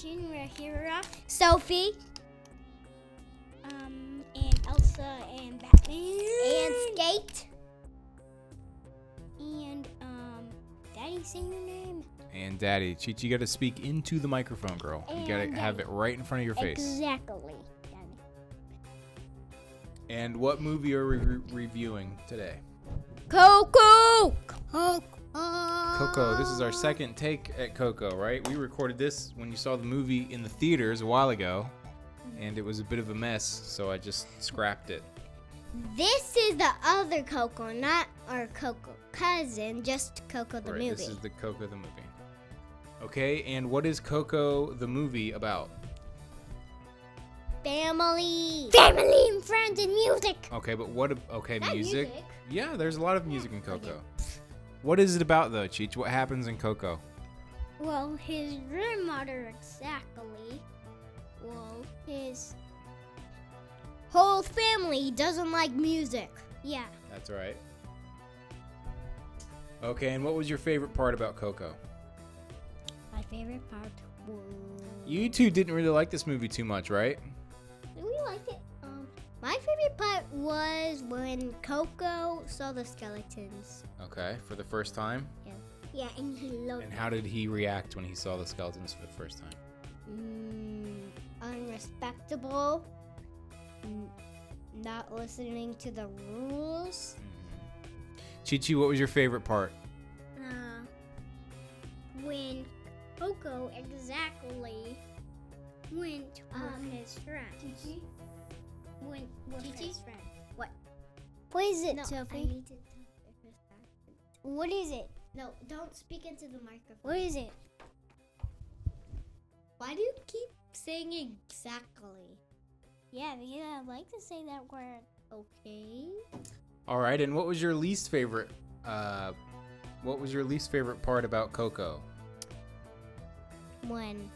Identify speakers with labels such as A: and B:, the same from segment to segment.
A: Junior Hero, Sophie, um, and Elsa and Batman,
B: And Skate.
A: and um, Daddy, say your name.
C: And Daddy, Cheech, you got to speak into the microphone, girl. You got to
A: And
C: have it right in front of your face.
A: Exactly. Daddy.
C: And what movie are we re- reviewing today?
B: Coco.
C: Coco. This is our second take at Coco, right? We recorded this when you saw the movie in the theaters a while ago,
B: Mm-hmm.
C: and it was a bit of a mess, so I just scrapped it.
B: This is the other Coco, not our Coco cousin, just Coco the
C: right,
B: movie.
C: this is the Coco the movie. Okay, and what is Coco the movie about?
B: Family.
A: Family and friends and music.
C: Okay, but what? ab- Okay,
B: That
C: music.
B: music.
C: Yeah, there's a lot of music in Coco. What is it about though, Cheech? What happens in Coco?
A: Well, his grandmother exactly. Well, his
B: Whole family doesn't like music.
A: yeah.
C: That's right. Okay, and what was your favorite part about Coco?
A: My favorite part was
C: You two didn't really like this movie too much, right?
B: We liked it. Um, my favorite part was when Coco saw the skeletons.
C: Okay, for the first time.
A: yeah, and he loved
C: And how did he react when he saw the skeletons for the first time?
B: Mm, unrespectable. N- not listening to the rules.
C: Chichi, what was your favorite part?
A: uh, when Coco exactly went
B: Um,
A: with his friend. Gigi went with
B: Gigi?
A: his friend.
B: What is it,
A: No,
B: Sophie?
A: I need to tell her that.
B: What is it?
A: No, don't speak into the microphone.
B: What is it? Why do you keep saying exactly?
A: Yeah, because I like to say that word.
B: Okay.
C: All right, and what was your least favorite? Uh, what was your least favorite part about Coco?
B: When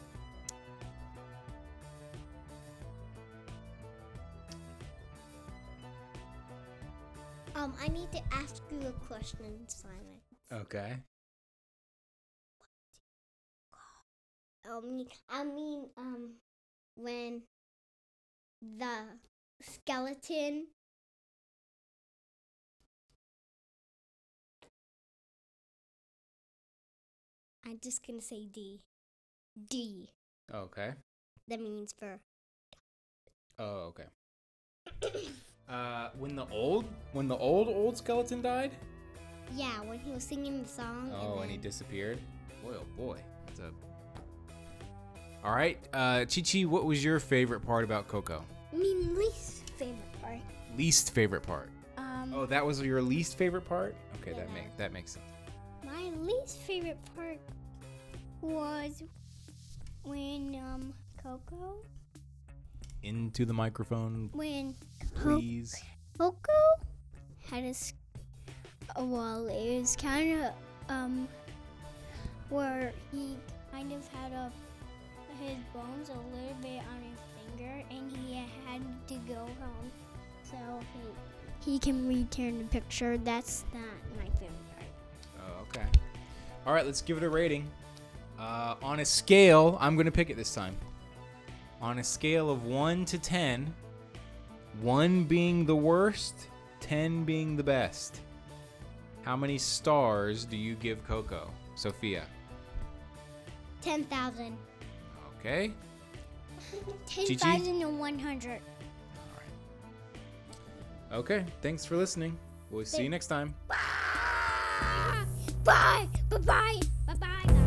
A: Um, I need to ask you a question, Simon.
C: Okay.
A: Um, I mean, um,
B: when the skeleton I'm just gonna say D. D.
C: Okay.
B: That means for
C: Oh, okay. Uh, when the old when the old old skeleton died.
B: yeah. When he was singing the song.
C: Oh, and he
B: then-
C: disappeared. Boy, oh boy, that's a. All right, uh, Chichi, what was your favorite part about Coco?
A: I mean, least favorite part.
C: Least favorite part.
A: Um,
C: Oh, that was your least favorite part. Okay, that
A: Yeah.
C: make that makes sense.
A: my least favorite part was when um Coco,
C: Into the microphone,
A: when
C: please.
A: Coco had a s- uh, well, it was kind of um where he kind of had a his bones a little bit on his finger, and he had to go home so he he can return the picture. That's not my favorite part.
C: Oh, okay. All right, let's give it a rating. Uh, on a scale, I'm going to pick it this time. On a scale of 1 to 10, 1 being the worst, 10 being the best. How many stars do you give Coco, Sophia?
B: ten thousand.
C: Okay.
A: Ten thousand and one hundred.
C: Okay, thanks for listening. We'll see you next time.
A: Bye. Bye. Bye. Bye. Bye. Bye.